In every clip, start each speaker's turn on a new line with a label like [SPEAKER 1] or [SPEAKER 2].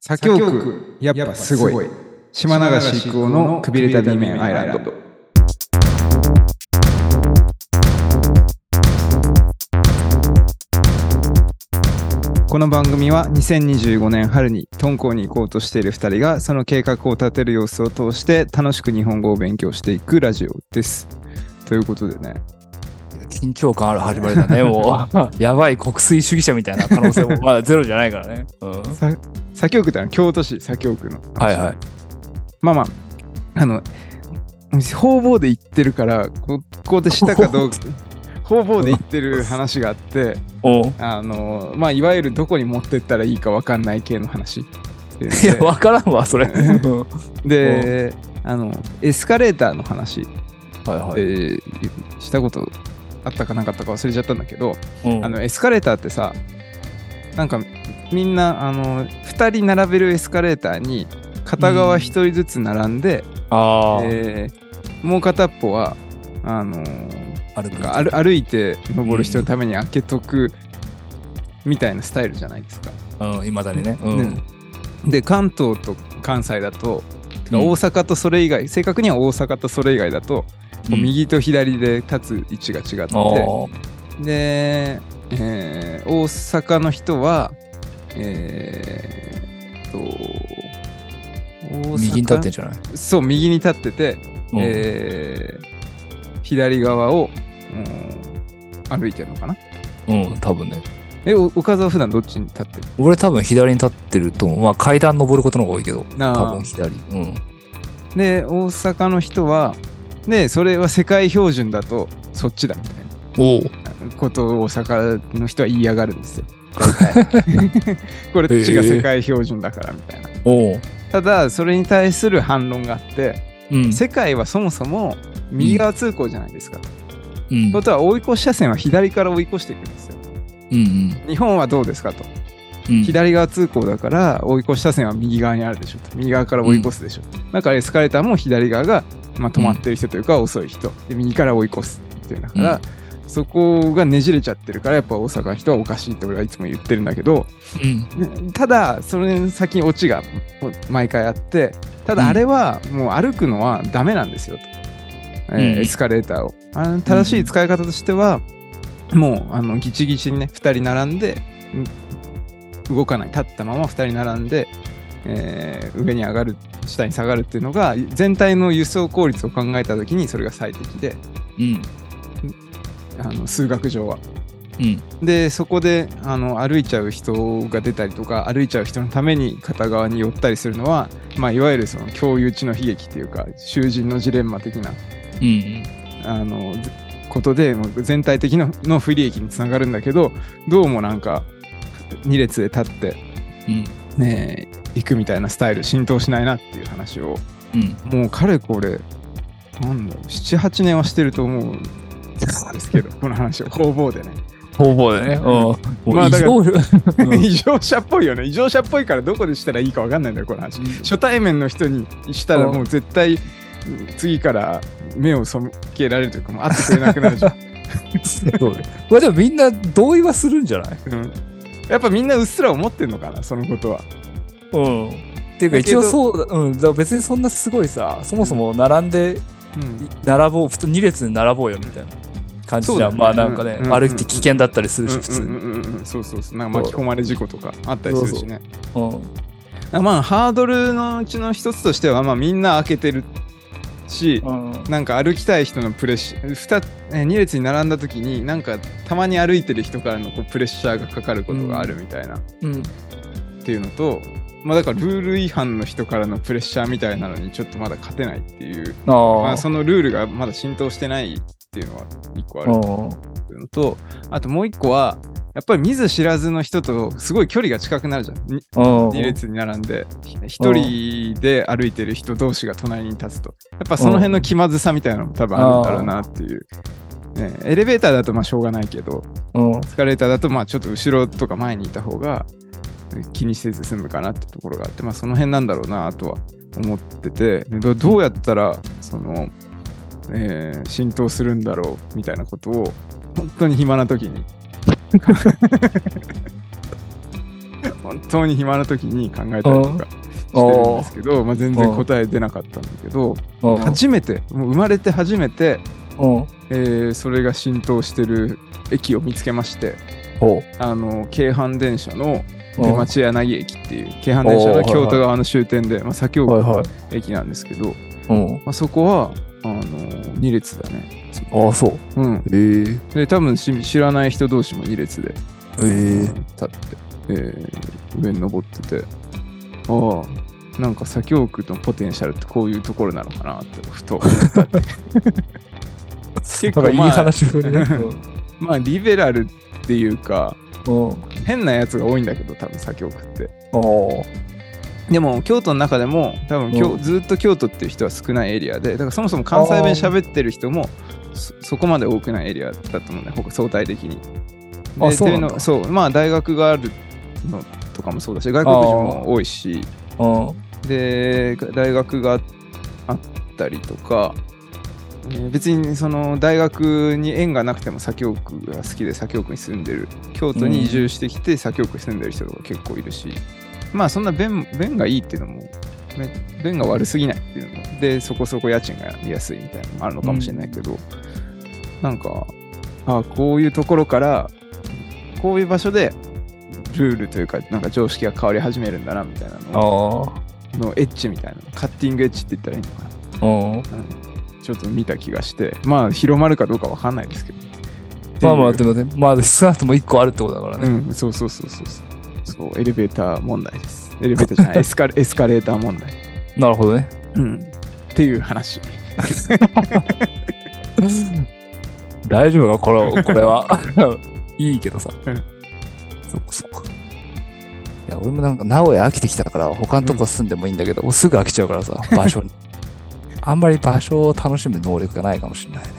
[SPEAKER 1] 左京区、やっぱすごい。島流し育夫のくびれた B 面アイランド。この番組は2025年春に敦煌に行こうとしている2人がその計画を立てる様子を通して楽しく日本語を勉強していくラジオです。ということでね。
[SPEAKER 2] 緊張感ある始まりだね、もう。やばい国粋主義者みたいな可能性もまだゼロじゃないからね。うん。
[SPEAKER 1] さ左京区ってのは京都市左京区の。
[SPEAKER 2] はいはい。
[SPEAKER 1] まあまあ、あの、方々で言ってるから、ここでしたか どうか、方々で言ってる話があって、
[SPEAKER 2] おう
[SPEAKER 1] あの、まあ、いわゆるどこに持ってったらいいか分かんない系の話っていうの
[SPEAKER 2] い
[SPEAKER 1] で
[SPEAKER 2] や、わからんわ、それ。うんは
[SPEAKER 1] で、あの、エスカレーターの話、
[SPEAKER 2] いはい。
[SPEAKER 1] えーしたことあったかなかったか忘れちゃったんだけど、
[SPEAKER 2] うん
[SPEAKER 1] あの、エスカレーターってさ、なんかみんな、あの、2人並べるエスカレーターに、片側1人ずつ並んで、
[SPEAKER 2] あー
[SPEAKER 1] えーもう片っぽはあのー
[SPEAKER 2] ある
[SPEAKER 1] なん
[SPEAKER 2] か。
[SPEAKER 1] か歩歩いて登る人のために開けとくみたいなスタイルじゃないですか。
[SPEAKER 2] うん、いまだにね。う
[SPEAKER 1] ね
[SPEAKER 2] ん。
[SPEAKER 1] で関東と関西だとてか
[SPEAKER 2] うん
[SPEAKER 1] 大阪とそれ以外、正確には大阪とそれ以外だと、こう
[SPEAKER 2] うん
[SPEAKER 1] 右と左で立つ位置が違って、
[SPEAKER 2] あー
[SPEAKER 1] で、えー大阪の人はえーっと大阪
[SPEAKER 2] 右に立ってんじゃない
[SPEAKER 1] そう右に立ってて、
[SPEAKER 2] うん
[SPEAKER 1] えー左側を、うん歩いてるのかな
[SPEAKER 2] うん、多分ね。
[SPEAKER 1] えお岡澤普段どっちに立ってる
[SPEAKER 2] 俺多分左に立ってると思う。まあ階段登ることの方が多いけど。
[SPEAKER 1] な
[SPEAKER 2] 多分左。うん。
[SPEAKER 1] で大阪の人はでそれは世界標準だとそっちだみたい
[SPEAKER 2] おう
[SPEAKER 1] なことを大阪の人は言いやがるんですよ。 これっちが世界標準だからみたいな。
[SPEAKER 2] おう
[SPEAKER 1] ただそれに対する反論があって
[SPEAKER 2] うん。
[SPEAKER 1] 世界はそもそも右側通行じゃないですか。と
[SPEAKER 2] うん
[SPEAKER 1] いうことは追い越し車線は左から追い越していくんですよ。
[SPEAKER 2] うん
[SPEAKER 1] 日本はどうですかと。
[SPEAKER 2] うん。
[SPEAKER 1] 左側通行だから追い越し車線は右側にあるでしょと右側から追い越すでしょ、だからエスカレーターも左側が、まあ、止まってる人というか遅い人で右から追い越すっていうだから、そこがねじれちゃってるからやっぱ大阪の人はおかしいって俺はいつも言ってるんだけど
[SPEAKER 2] うん。
[SPEAKER 1] ただそれ先にオチが毎回あってただあれはもう歩くのはダメなんですよと、えー
[SPEAKER 2] うん
[SPEAKER 1] エスカレーターをあの正しい使い方としては、もうあのギチギチにね2人並んでうん動かない立ったまま2人並んで、えー上に上がる下に下がるっていうのが全体の輸送効率を考えた時にそれが最適で
[SPEAKER 2] うん。
[SPEAKER 1] あの数学上は。
[SPEAKER 2] うん。
[SPEAKER 1] でそこであの歩いちゃう人が出たりとか歩いちゃう人のために片側に寄ったりするのは、まあ、いわゆるその共有地の悲劇っていうか囚人のジレンマ的な
[SPEAKER 2] うん。
[SPEAKER 1] あのずことでもう全体的のの不利益につながるんだけどどうもなんか2列で立って、
[SPEAKER 2] うん。
[SPEAKER 1] ねえ、行くみたいなスタイル浸透しないなっていう話を
[SPEAKER 2] うん。
[SPEAKER 1] もうかれこれなんだろう78年はしてると思うんですけどこの話を方々でね。
[SPEAKER 2] 方々でね。うん。もう
[SPEAKER 1] まあ
[SPEAKER 2] 異
[SPEAKER 1] だから
[SPEAKER 2] 常うん
[SPEAKER 1] 異常者っぽいよね異常者っぽいからどこでしたらいいか分かんないんだよこの話初対面の人にしたら
[SPEAKER 2] うん
[SPEAKER 1] もう絶対次から目を背けられるというかもう会ってくれなくなるじゃ ん、
[SPEAKER 2] そうねまあでもみんな同意はするんじゃない
[SPEAKER 1] うんやっぱみんなうっすら思ってんのかなそのことは
[SPEAKER 2] うん。っていうか
[SPEAKER 1] だけ
[SPEAKER 2] 一
[SPEAKER 1] ど
[SPEAKER 2] 応そうだ、うん、だから別にそんなすごいさ、そもそも並んで、
[SPEAKER 1] うん
[SPEAKER 2] 並ぼう、普通2列で並ぼうよみたいな感じ
[SPEAKER 1] そう
[SPEAKER 2] じ
[SPEAKER 1] だ
[SPEAKER 2] ゃ
[SPEAKER 1] ね
[SPEAKER 2] ん。まあなんかね、
[SPEAKER 1] うん
[SPEAKER 2] 歩いて危険だったりす
[SPEAKER 1] う
[SPEAKER 2] る
[SPEAKER 1] ん
[SPEAKER 2] し、普通に。
[SPEAKER 1] うんうんうんそうそうそうなんか巻き込まれ事故とかあったりするしね
[SPEAKER 2] うん。
[SPEAKER 1] まあハードルのうちの一つとしては、まあ、みんな開けてるし、
[SPEAKER 2] うん
[SPEAKER 1] なんか歩きたい人のプレッシャー 2, 2列に並んだ時になんかたまに歩いてる人からのこうプレッシャーがかかることがあるみたいな、っ
[SPEAKER 2] うん。
[SPEAKER 1] ていうのと、まあ、だからルール違反の人からのプレッシャーみたいなのにちょっとまだ勝てないっていう、ま
[SPEAKER 2] あ
[SPEAKER 1] あ、
[SPEAKER 2] あ。
[SPEAKER 1] そのルールがまだ浸透してないっていうのは1個ある
[SPEAKER 2] う
[SPEAKER 1] っていうのとあともう1個はやっぱり見ず知らずの人とすごい距離が近くなるじゃんに
[SPEAKER 2] ん。うん。
[SPEAKER 1] 2列に並んで1人で歩いてる人同士が隣に立つとやっぱその辺の気まずさみたいなのも多分あるんだろうなっていう、ね、エレベーターだとまあしょうがないけど
[SPEAKER 2] うん。
[SPEAKER 1] エスカレーターだとまあちょっと後ろとか前にいた方が気にせず済むかなってところがあって、まあ、その辺なんだろうなとは思っててでどどうやったらその、えー浸透するんだろうみたいなことを 本当に暇な時に本当に暇な時に考えたりとかしてるんですけど、まあ、全然答え出なかったんだけど
[SPEAKER 2] うん
[SPEAKER 1] 初めてもう生まれて初めて、
[SPEAKER 2] うん
[SPEAKER 1] えーそれが浸透してる駅を見つけまして
[SPEAKER 2] ほう
[SPEAKER 1] あの京阪電車の
[SPEAKER 2] うん
[SPEAKER 1] 出町柳駅っていう京阪電車が京都側の終点で、まあ、左京
[SPEAKER 2] はい
[SPEAKER 1] 区
[SPEAKER 2] は
[SPEAKER 1] の駅なんですけど、
[SPEAKER 2] いうん
[SPEAKER 1] まあ、そこはあの2列だね。
[SPEAKER 2] ああそう
[SPEAKER 1] うん、
[SPEAKER 2] えー、
[SPEAKER 1] で多分し知らない人同士も2列で
[SPEAKER 2] えー、
[SPEAKER 1] 立って、えー上に登っててああなんか左京区のポテンシャルってこういうところなのかなってふ と結
[SPEAKER 2] なんか
[SPEAKER 1] 構
[SPEAKER 2] いい
[SPEAKER 1] まあ
[SPEAKER 2] 話 をね、
[SPEAKER 1] まあリベラルっていうか
[SPEAKER 2] うん、うん
[SPEAKER 1] 変なやつが多いんだけど多分左京区って
[SPEAKER 2] あー
[SPEAKER 1] でも京都の中でも多分京、
[SPEAKER 2] うん
[SPEAKER 1] ずっと京都っていう人は少ないエリアでだからそもそも関西弁喋ってる人もそそこまで多くないエリアだと思うねほか相対的に。
[SPEAKER 2] あ
[SPEAKER 1] で
[SPEAKER 2] そうなんだ
[SPEAKER 1] っていのそうまあ大学があるのとかもそうだし外国人も多いし
[SPEAKER 2] うん
[SPEAKER 1] で大学があったりとか、えー別にその大学に縁がなくても左京区が好きで左京区に住んでる京都に移住してきて左京区に住んでる人とか結構いるし、まあそんな便便がいいっていうのもめ便が悪すぎないっていうのもでそこそこ家賃が安いみたいなのもあるのかもしれないけど、なんかあこういうところからこういう場所でルールというかなんか常識が変わり始めるんだなみたいなのを
[SPEAKER 2] あー
[SPEAKER 1] のエッジみたいなカッティングエッジって言ったらいいのかな、
[SPEAKER 2] うん
[SPEAKER 1] ちょっと見た気がしてまあ広まるかどうかわかんないですけど
[SPEAKER 2] まあまあ
[SPEAKER 1] って
[SPEAKER 2] で
[SPEAKER 1] いう
[SPEAKER 2] もねまあ少なくとも一個あるってことだからね、
[SPEAKER 1] うんそうそうそうそうそうそうエレベーター問題ですエレベーターじゃないエスカレエスカレーター問題
[SPEAKER 2] なるほどね
[SPEAKER 1] うんっていう話
[SPEAKER 2] 大丈夫かこれこれは いいけどさ、
[SPEAKER 1] うん
[SPEAKER 2] そっかそっかいや俺もなんか名古屋飽きてきたから他のとこ住んでもいいんだけど、すぐ飽きちゃうからさ 場所にあんまり場所を楽しむ能力がないかもしれないね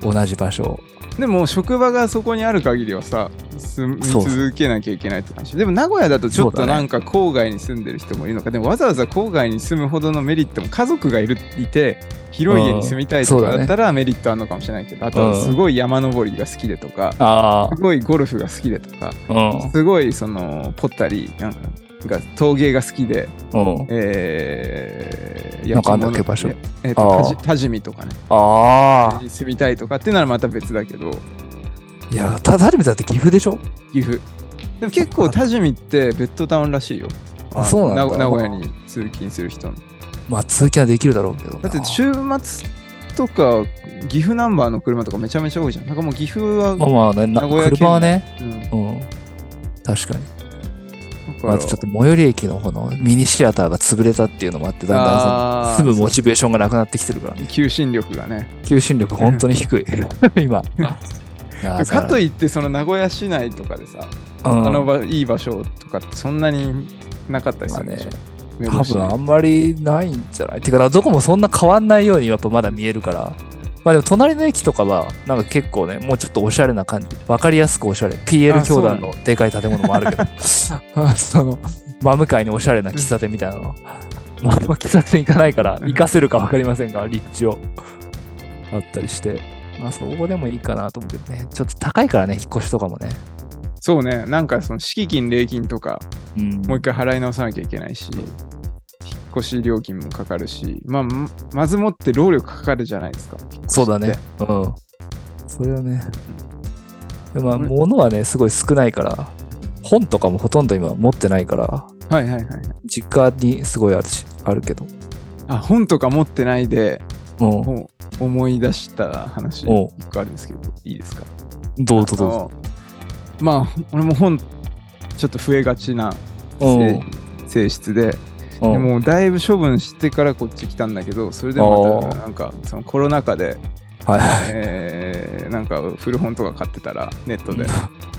[SPEAKER 2] 同じ場所を
[SPEAKER 1] でも職場がそこにある限りはさ住み
[SPEAKER 2] そう
[SPEAKER 1] 続けなきゃいけないって話でも名古屋だとちょっ
[SPEAKER 2] そ
[SPEAKER 1] と
[SPEAKER 2] うだね
[SPEAKER 1] なんか郊外に住んでる人もいるのか、でもわざわざ郊外に住むほどのメリットも家族がいるいて広い家に住みたいと
[SPEAKER 2] うん
[SPEAKER 1] か
[SPEAKER 2] そうだ
[SPEAKER 1] だ
[SPEAKER 2] ね
[SPEAKER 1] ったらメリットあるのかもしれないけど、あとはすごい山登りが好きでとか、
[SPEAKER 2] あ
[SPEAKER 1] すごいゴルフが好きでとか
[SPEAKER 2] あうん
[SPEAKER 1] すごいそのポッタリなんかが陶芸が好きで、
[SPEAKER 2] うん
[SPEAKER 1] えー、
[SPEAKER 2] なんかあんだっけ
[SPEAKER 1] 焼き物
[SPEAKER 2] 場所
[SPEAKER 1] ええーと
[SPEAKER 2] あー
[SPEAKER 1] 多治多治見とかね
[SPEAKER 2] ああ
[SPEAKER 1] 住みたいとかっていうならまた別だけど。
[SPEAKER 2] いやただで見たって岐阜でしょ
[SPEAKER 1] 岐阜でも結構多治見ってベッドタウンらしいよ
[SPEAKER 2] あそうな
[SPEAKER 1] 名
[SPEAKER 2] んだ
[SPEAKER 1] 古名古屋に通勤する人の
[SPEAKER 2] まあ通勤はできるだろうけど
[SPEAKER 1] だ
[SPEAKER 2] な
[SPEAKER 1] って週末とか岐阜ナンバーの車とかめちゃめちゃ多いじゃんなんかもう岐阜は、
[SPEAKER 2] まあまあねな
[SPEAKER 1] 名古屋県
[SPEAKER 2] 車はね
[SPEAKER 1] うんだ
[SPEAKER 2] うん確かに
[SPEAKER 1] から
[SPEAKER 2] あとちょっと最寄り駅のこのミニシアターが潰れたっていうのもあってだんだんさ
[SPEAKER 1] あー
[SPEAKER 2] 住むモチベーションがなくなってきてるからね
[SPEAKER 1] 求心力がね
[SPEAKER 2] 求心力本当 に低い今だ
[SPEAKER 1] かと
[SPEAKER 2] い
[SPEAKER 1] いってその名古屋市内とかでさ、
[SPEAKER 2] うん
[SPEAKER 1] あの場いい場所とかってそんなになかったりするんでしょ、梅
[SPEAKER 2] 多
[SPEAKER 1] 干し
[SPEAKER 2] 分あんまりないんじゃないてかどこもそんな変わんないようにやっぱまだ見えるからまあでも隣の駅とかはなんか結構ねもうちょっとおしゃれな感じわかりやすくおしゃれ PL
[SPEAKER 1] あそ
[SPEAKER 2] 教
[SPEAKER 1] うな
[SPEAKER 2] 団
[SPEAKER 1] んだ
[SPEAKER 2] のでかい建物も あるけどあその真向かいにおしゃれな喫茶店みたいなのまあ喫茶店行かないから行かせるかわかりませんが立地をあったりしてまあそこでもいいかなと思うけどねちょっと高いからね引っ越しとかもね
[SPEAKER 1] そうねなんかその敷金礼金とか
[SPEAKER 2] うん
[SPEAKER 1] もう一回払い直さなきゃいけないし、引っ越し料金もかかるし、まあ、ままずもって労力かかるじゃないですか。
[SPEAKER 2] そうだね。うん。それはね。でもまあ、
[SPEAKER 1] うん
[SPEAKER 2] 物はね、すごい少ないから、本とかもほとんど今持ってないから、
[SPEAKER 1] はいはいはいはい。
[SPEAKER 2] 実家にすごいあるし、あるけど。
[SPEAKER 1] あ、本とか持ってないで、
[SPEAKER 2] うん。
[SPEAKER 1] もう思い出した話、
[SPEAKER 2] おう
[SPEAKER 1] 一個あるんですけど、いいですか
[SPEAKER 2] どうぞどうぞ。
[SPEAKER 1] あのまあ、俺も本、ちょっと増えがちな
[SPEAKER 2] うん。
[SPEAKER 1] 性性質で、
[SPEAKER 2] うん
[SPEAKER 1] でもうだいぶ処分してからこっち来たんだけど、それで
[SPEAKER 2] お
[SPEAKER 1] も
[SPEAKER 2] う
[SPEAKER 1] また、なんか、そのコロナ禍で、
[SPEAKER 2] はいはい。
[SPEAKER 1] えーなんか古本とか買ってたら、ネットで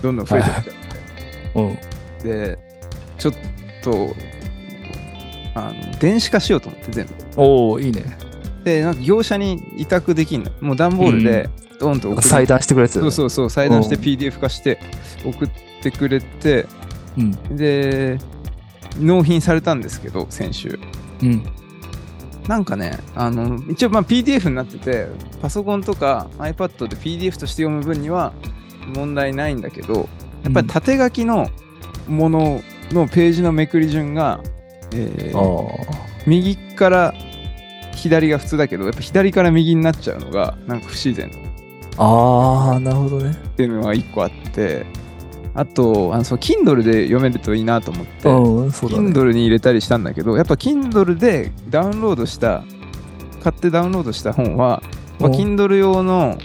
[SPEAKER 1] どんどん増えてきて、
[SPEAKER 2] うん。
[SPEAKER 1] でちょっとあの電子化しようと思って全部
[SPEAKER 2] おおいいね。
[SPEAKER 1] でなんか業者に委託できんのもう段ボールでドンと
[SPEAKER 2] な
[SPEAKER 1] 送
[SPEAKER 2] んか
[SPEAKER 1] る
[SPEAKER 2] 裁断してくれて
[SPEAKER 1] そう
[SPEAKER 2] う。
[SPEAKER 1] そうそう裁断して
[SPEAKER 2] うん
[SPEAKER 1] PDF 化して送ってくれて
[SPEAKER 2] うん。
[SPEAKER 1] で納品されたんですけど先週
[SPEAKER 2] うん。
[SPEAKER 1] なんかねあの一応まあ PDF になっててパソコンとか iPad で PDF として読む分には問題ないんだけどやっぱり縦書きのもののページのめくり順が、えー右から左が普通だけどやっぱ左から右になっちゃうのがなんか不自然っ
[SPEAKER 2] ああ、なるほどね。
[SPEAKER 1] ていうのが1個あってあとあのそう Kindle で読めるといいなと思って、
[SPEAKER 2] うん、そうだね。
[SPEAKER 1] Kindle に入れたりしたんだけどやっぱ Kindle でダウンロードした買ってダウンロードした本は、まあ、
[SPEAKER 2] お
[SPEAKER 1] Kindle 用の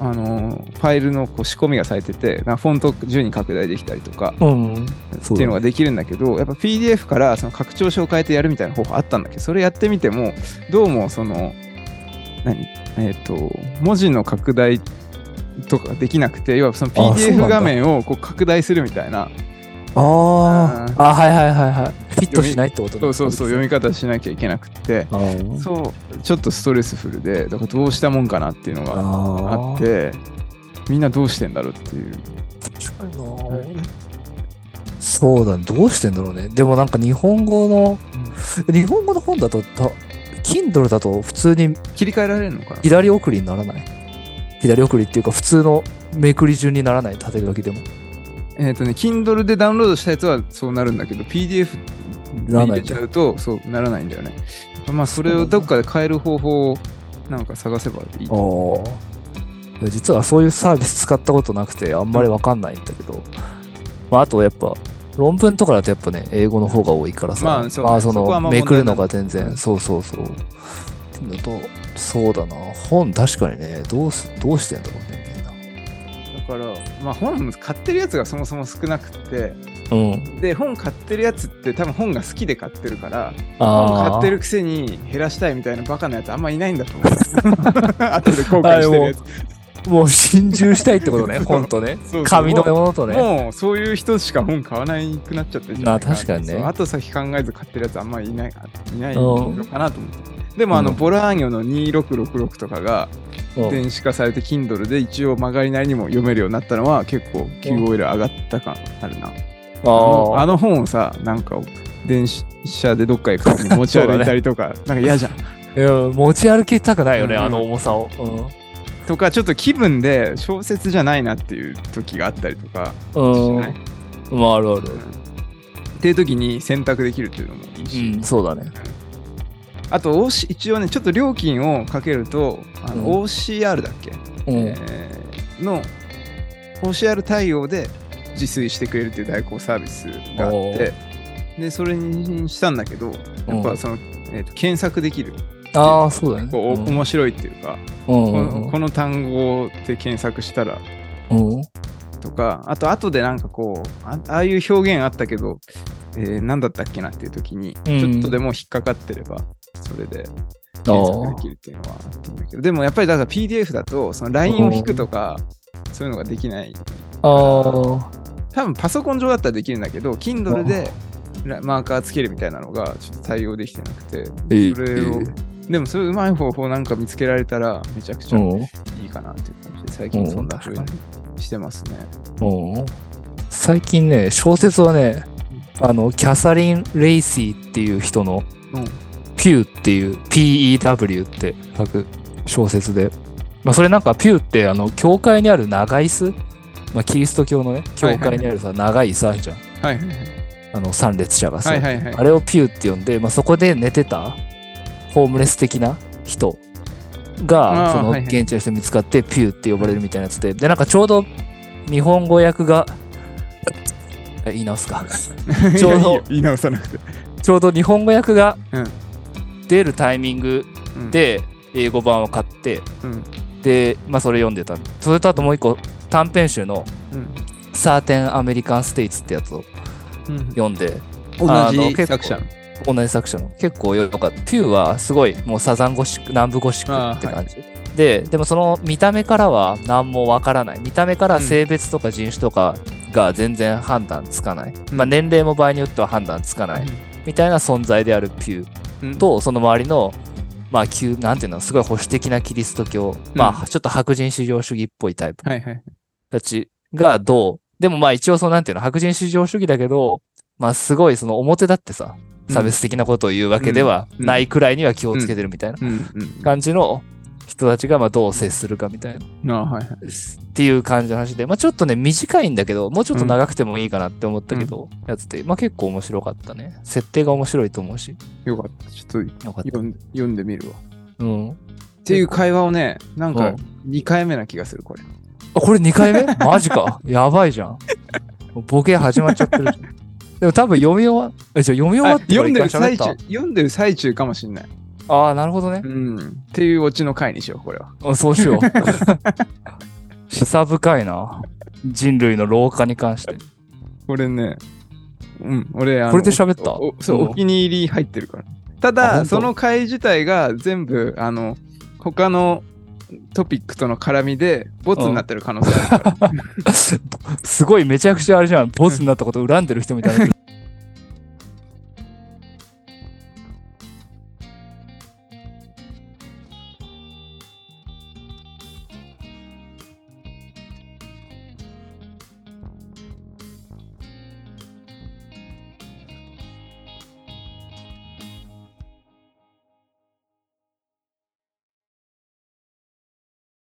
[SPEAKER 1] あのファイルのこう仕込みがされててなんかフォント自由に拡大できたりとか
[SPEAKER 2] うん、
[SPEAKER 1] って
[SPEAKER 2] そう
[SPEAKER 1] いうの
[SPEAKER 2] だね
[SPEAKER 1] ができるんだけどやっぱ PDF からその拡張子を変えてやるみたいな方法あったんだけどそれやってみてもどうもその何えっ、と文字の拡大とかできなくて要はその
[SPEAKER 2] あそうなん
[SPEAKER 1] PDF
[SPEAKER 2] だ
[SPEAKER 1] 画面をこう拡大するみたいな
[SPEAKER 2] あ
[SPEAKER 1] うん
[SPEAKER 2] あ、あはいはいはいはい。フィットしないってこと
[SPEAKER 1] そうそうそう読
[SPEAKER 2] み。
[SPEAKER 1] み方しなきゃいけなくって
[SPEAKER 2] あー
[SPEAKER 1] そうちょっとストレスフルでだからどうしたもんかなっていうのがあ
[SPEAKER 2] あ
[SPEAKER 1] っ
[SPEAKER 2] ー
[SPEAKER 1] てみんなどうしてんだろうっていう
[SPEAKER 2] 確かになそうだね。どうしてんだろうね。でもなんか日本語の、日本語の本だと、た Kindle だと普通に
[SPEAKER 1] 切り替えられるのかな
[SPEAKER 2] 左送りにならない左送りっていうか普通のめくり順にならない縦書きでも
[SPEAKER 1] えっ、とね Kindle でダウンロードしたやつはそうなるんだけど PDF
[SPEAKER 2] なら
[SPEAKER 1] 入
[SPEAKER 2] な
[SPEAKER 1] れ
[SPEAKER 2] い
[SPEAKER 1] ち
[SPEAKER 2] じ
[SPEAKER 1] ゃ
[SPEAKER 2] ゃん
[SPEAKER 1] うとそうならないんだよね。まあそれをどっかで変える方法をなんか探せばいい。
[SPEAKER 2] あー実はそういうサービス使ったことなくてあんまりわかんないんだけど、まあ、あとやっぱ論文とかだとやっぱね英語の方が多いからさ、
[SPEAKER 1] まあそうね
[SPEAKER 2] そ
[SPEAKER 1] そこはあ
[SPEAKER 2] の
[SPEAKER 1] んま問題
[SPEAKER 2] め
[SPEAKER 1] ない
[SPEAKER 2] くるのが全然そうそうそうっていうのとそうだな本確かにねどうすどうしてんだろうね
[SPEAKER 1] だからまあ本買ってるやつがそもそも少なくって
[SPEAKER 2] みんなうん
[SPEAKER 1] で本買ってるやつって多分本が好きで買ってるから
[SPEAKER 2] あ
[SPEAKER 1] 本買ってるくせに減らしたいみたいなバカなやつあんまいないんだと 思う。後で後悔してるやつ。
[SPEAKER 2] あもう心中したいって ことね本とね
[SPEAKER 1] そうそう
[SPEAKER 2] 紙のものとね
[SPEAKER 1] もうそういう人しか本買わないくなっちゃってるじゃない
[SPEAKER 2] まあ確かにね
[SPEAKER 1] そう後先考えず買ってるやつあんまりいないいない
[SPEAKER 2] うん
[SPEAKER 1] のかなと思って。でもあの、
[SPEAKER 2] うん
[SPEAKER 1] ボラーニョの2666とかが
[SPEAKER 2] うん
[SPEAKER 1] 電子化されて Kindle で一応曲がりなりにも読めるようになったのは結構 QOL 上がった感あるな。
[SPEAKER 2] あ
[SPEAKER 1] あ
[SPEAKER 2] ー
[SPEAKER 1] のあの本をさ、なんか電子車でどっか行くときに持ち歩いたりと か、なんか嫌じゃん。
[SPEAKER 2] いや持ち歩きたくないよね、
[SPEAKER 1] うん
[SPEAKER 2] あの重さを、
[SPEAKER 1] とか、ちょっと気分で小説じゃないなっていう時があったりとか、
[SPEAKER 2] うん、
[SPEAKER 1] しない
[SPEAKER 2] まああるある
[SPEAKER 1] っていう時に選択できるっていうのもいいし。
[SPEAKER 2] うんそうだね
[SPEAKER 1] あと、OC 一応ね、ちょっと料金をかけると、あの
[SPEAKER 2] うん
[SPEAKER 1] OCR だっけ、
[SPEAKER 2] うん
[SPEAKER 1] えーの OCR 対応で自炊してくれるっていう代行サービスがあっ
[SPEAKER 2] お
[SPEAKER 1] て
[SPEAKER 2] ー、
[SPEAKER 1] で、それにしたんだけど、やっぱその、えーと検索できる、
[SPEAKER 2] ああそうだね
[SPEAKER 1] こう
[SPEAKER 2] うん
[SPEAKER 1] 面白いっていうか、
[SPEAKER 2] うん
[SPEAKER 1] こ
[SPEAKER 2] うん
[SPEAKER 1] のこの単語で検索したら
[SPEAKER 2] うん
[SPEAKER 1] とか、あと、後でなんかこう、あああいう表現あったけど、えー何だったっけなっていう時に、
[SPEAKER 2] うん
[SPEAKER 1] ちょっとでも引っかかってれば、それで
[SPEAKER 2] あ
[SPEAKER 1] 検索できるっていうのはあったんだけど、でもやっぱりだから PDF だと、その LINE を引くとか、そういうのができない。
[SPEAKER 2] ああ
[SPEAKER 1] 多分パソコン上だったらできるんだけど、Kindle でラマーカーつけるみたいなのがちょっと対応できてなくて、
[SPEAKER 2] えー
[SPEAKER 1] それを、
[SPEAKER 2] え
[SPEAKER 1] でもそういううまい方法なんか見つけられたら、めちゃくちゃ
[SPEAKER 2] うんうん
[SPEAKER 1] いいかなっていう感じで、最近そんな風にしてますね。
[SPEAKER 2] 最近ね小説はねあのキャサリン・レイシーっていう人の
[SPEAKER 1] うん
[SPEAKER 2] 「ピュー」っていう PEW って書く小説で、まあ、それなんかピューってあの教会にある長椅子、まあ、キリスト教のね教会にあるさ、長い椅子あるじゃん
[SPEAKER 1] はい
[SPEAKER 2] あの参列者がさ、
[SPEAKER 1] はいはいはい。
[SPEAKER 2] あれをピューって呼んで、まあ、そこで寝てたホームレス的な人
[SPEAKER 1] あー
[SPEAKER 2] がその
[SPEAKER 1] はいはい
[SPEAKER 2] 現地の人に見つかってピューって呼ばれるみたいなやつで、でなんかちょうど日本語訳がえ言い直す かちょ
[SPEAKER 1] いや
[SPEAKER 2] うど
[SPEAKER 1] いいよ 言い直さなくて。
[SPEAKER 2] ちょうど日本語訳が
[SPEAKER 1] うん
[SPEAKER 2] 出るタイミング
[SPEAKER 1] うん、
[SPEAKER 2] で英語版を買って
[SPEAKER 1] うん、
[SPEAKER 2] で、まあ、それ読んでたそれとあともう一個短編集の
[SPEAKER 1] うん
[SPEAKER 2] 「サーテン・アメリカン・ステイツ」ってやつを
[SPEAKER 1] うん
[SPEAKER 2] 読んであの
[SPEAKER 1] 同じ
[SPEAKER 2] 結構
[SPEAKER 1] 作者の。
[SPEAKER 2] 同じ作者の結構良かったピューはすごいもうサザンゴシック南部ゴシックって感じ、ででもその見た目からは何もわからない見た目から性別とか人種とかが全然判断つかない、
[SPEAKER 1] うん
[SPEAKER 2] まあ、年齢も場合によっては判断つかない、みたいな存在であるピュー
[SPEAKER 1] うん、
[SPEAKER 2] とその周りのまあ旧なんていうのすごい保守的なキリスト教、まあちょっと白人至上主義っぽいタイプ
[SPEAKER 1] はいはい。
[SPEAKER 2] たちがどう、でもまあ一応そのなんていうの、白人至上主義だけど、まあすごいその表だってさ、
[SPEAKER 1] うん
[SPEAKER 2] 差別的なことを言うわけではないくらいには気をつけてるみたいな
[SPEAKER 1] うんうん
[SPEAKER 2] 感じの人たちがまあどう接するかみたいな。
[SPEAKER 1] ああはいはい。
[SPEAKER 2] っていう感じの話で、まあ、ちょっとね、短いんだけど、もうちょっと長くてもいいかなって思ったけど、やつって、まあ、結構面白かったね。設定が面白いと思うし、
[SPEAKER 1] よかった。ちょっと
[SPEAKER 2] よかった
[SPEAKER 1] 読。ん読んでみるわ。
[SPEAKER 2] うん。
[SPEAKER 1] っていう会話をね、なん
[SPEAKER 2] う
[SPEAKER 1] か
[SPEAKER 2] ん
[SPEAKER 1] 2回目な気がする、これ。
[SPEAKER 2] あ、これ2回目マ ジか。やばいじゃん。もうボケ始まっちゃってるじゃん。でも多分読み終わ、え、じゃあ読み終わ
[SPEAKER 1] あ
[SPEAKER 2] ってから
[SPEAKER 1] 読ん
[SPEAKER 2] 一
[SPEAKER 1] で
[SPEAKER 2] 回
[SPEAKER 1] る
[SPEAKER 2] 喋っ
[SPEAKER 1] 最
[SPEAKER 2] た
[SPEAKER 1] 中、読んでる最中かもしんない。
[SPEAKER 2] ああ、なるほどね
[SPEAKER 1] う。ん。っていうオチの回にしよう、これは。
[SPEAKER 2] うん、そ うしよう。久深いな。人類の老化に関して。
[SPEAKER 1] これね、うん、俺、あの
[SPEAKER 2] これで喋った
[SPEAKER 1] おそう、
[SPEAKER 2] うん
[SPEAKER 1] お気に入り入ってるから。た
[SPEAKER 2] あ本
[SPEAKER 1] だ、
[SPEAKER 2] 当
[SPEAKER 1] その回自体が全部、あの、他のトピックとの絡みで、ボツになってる可能性あるから。
[SPEAKER 2] すごいめちゃくちゃあれじゃん。ボスになったことを恨んでる人みたいな。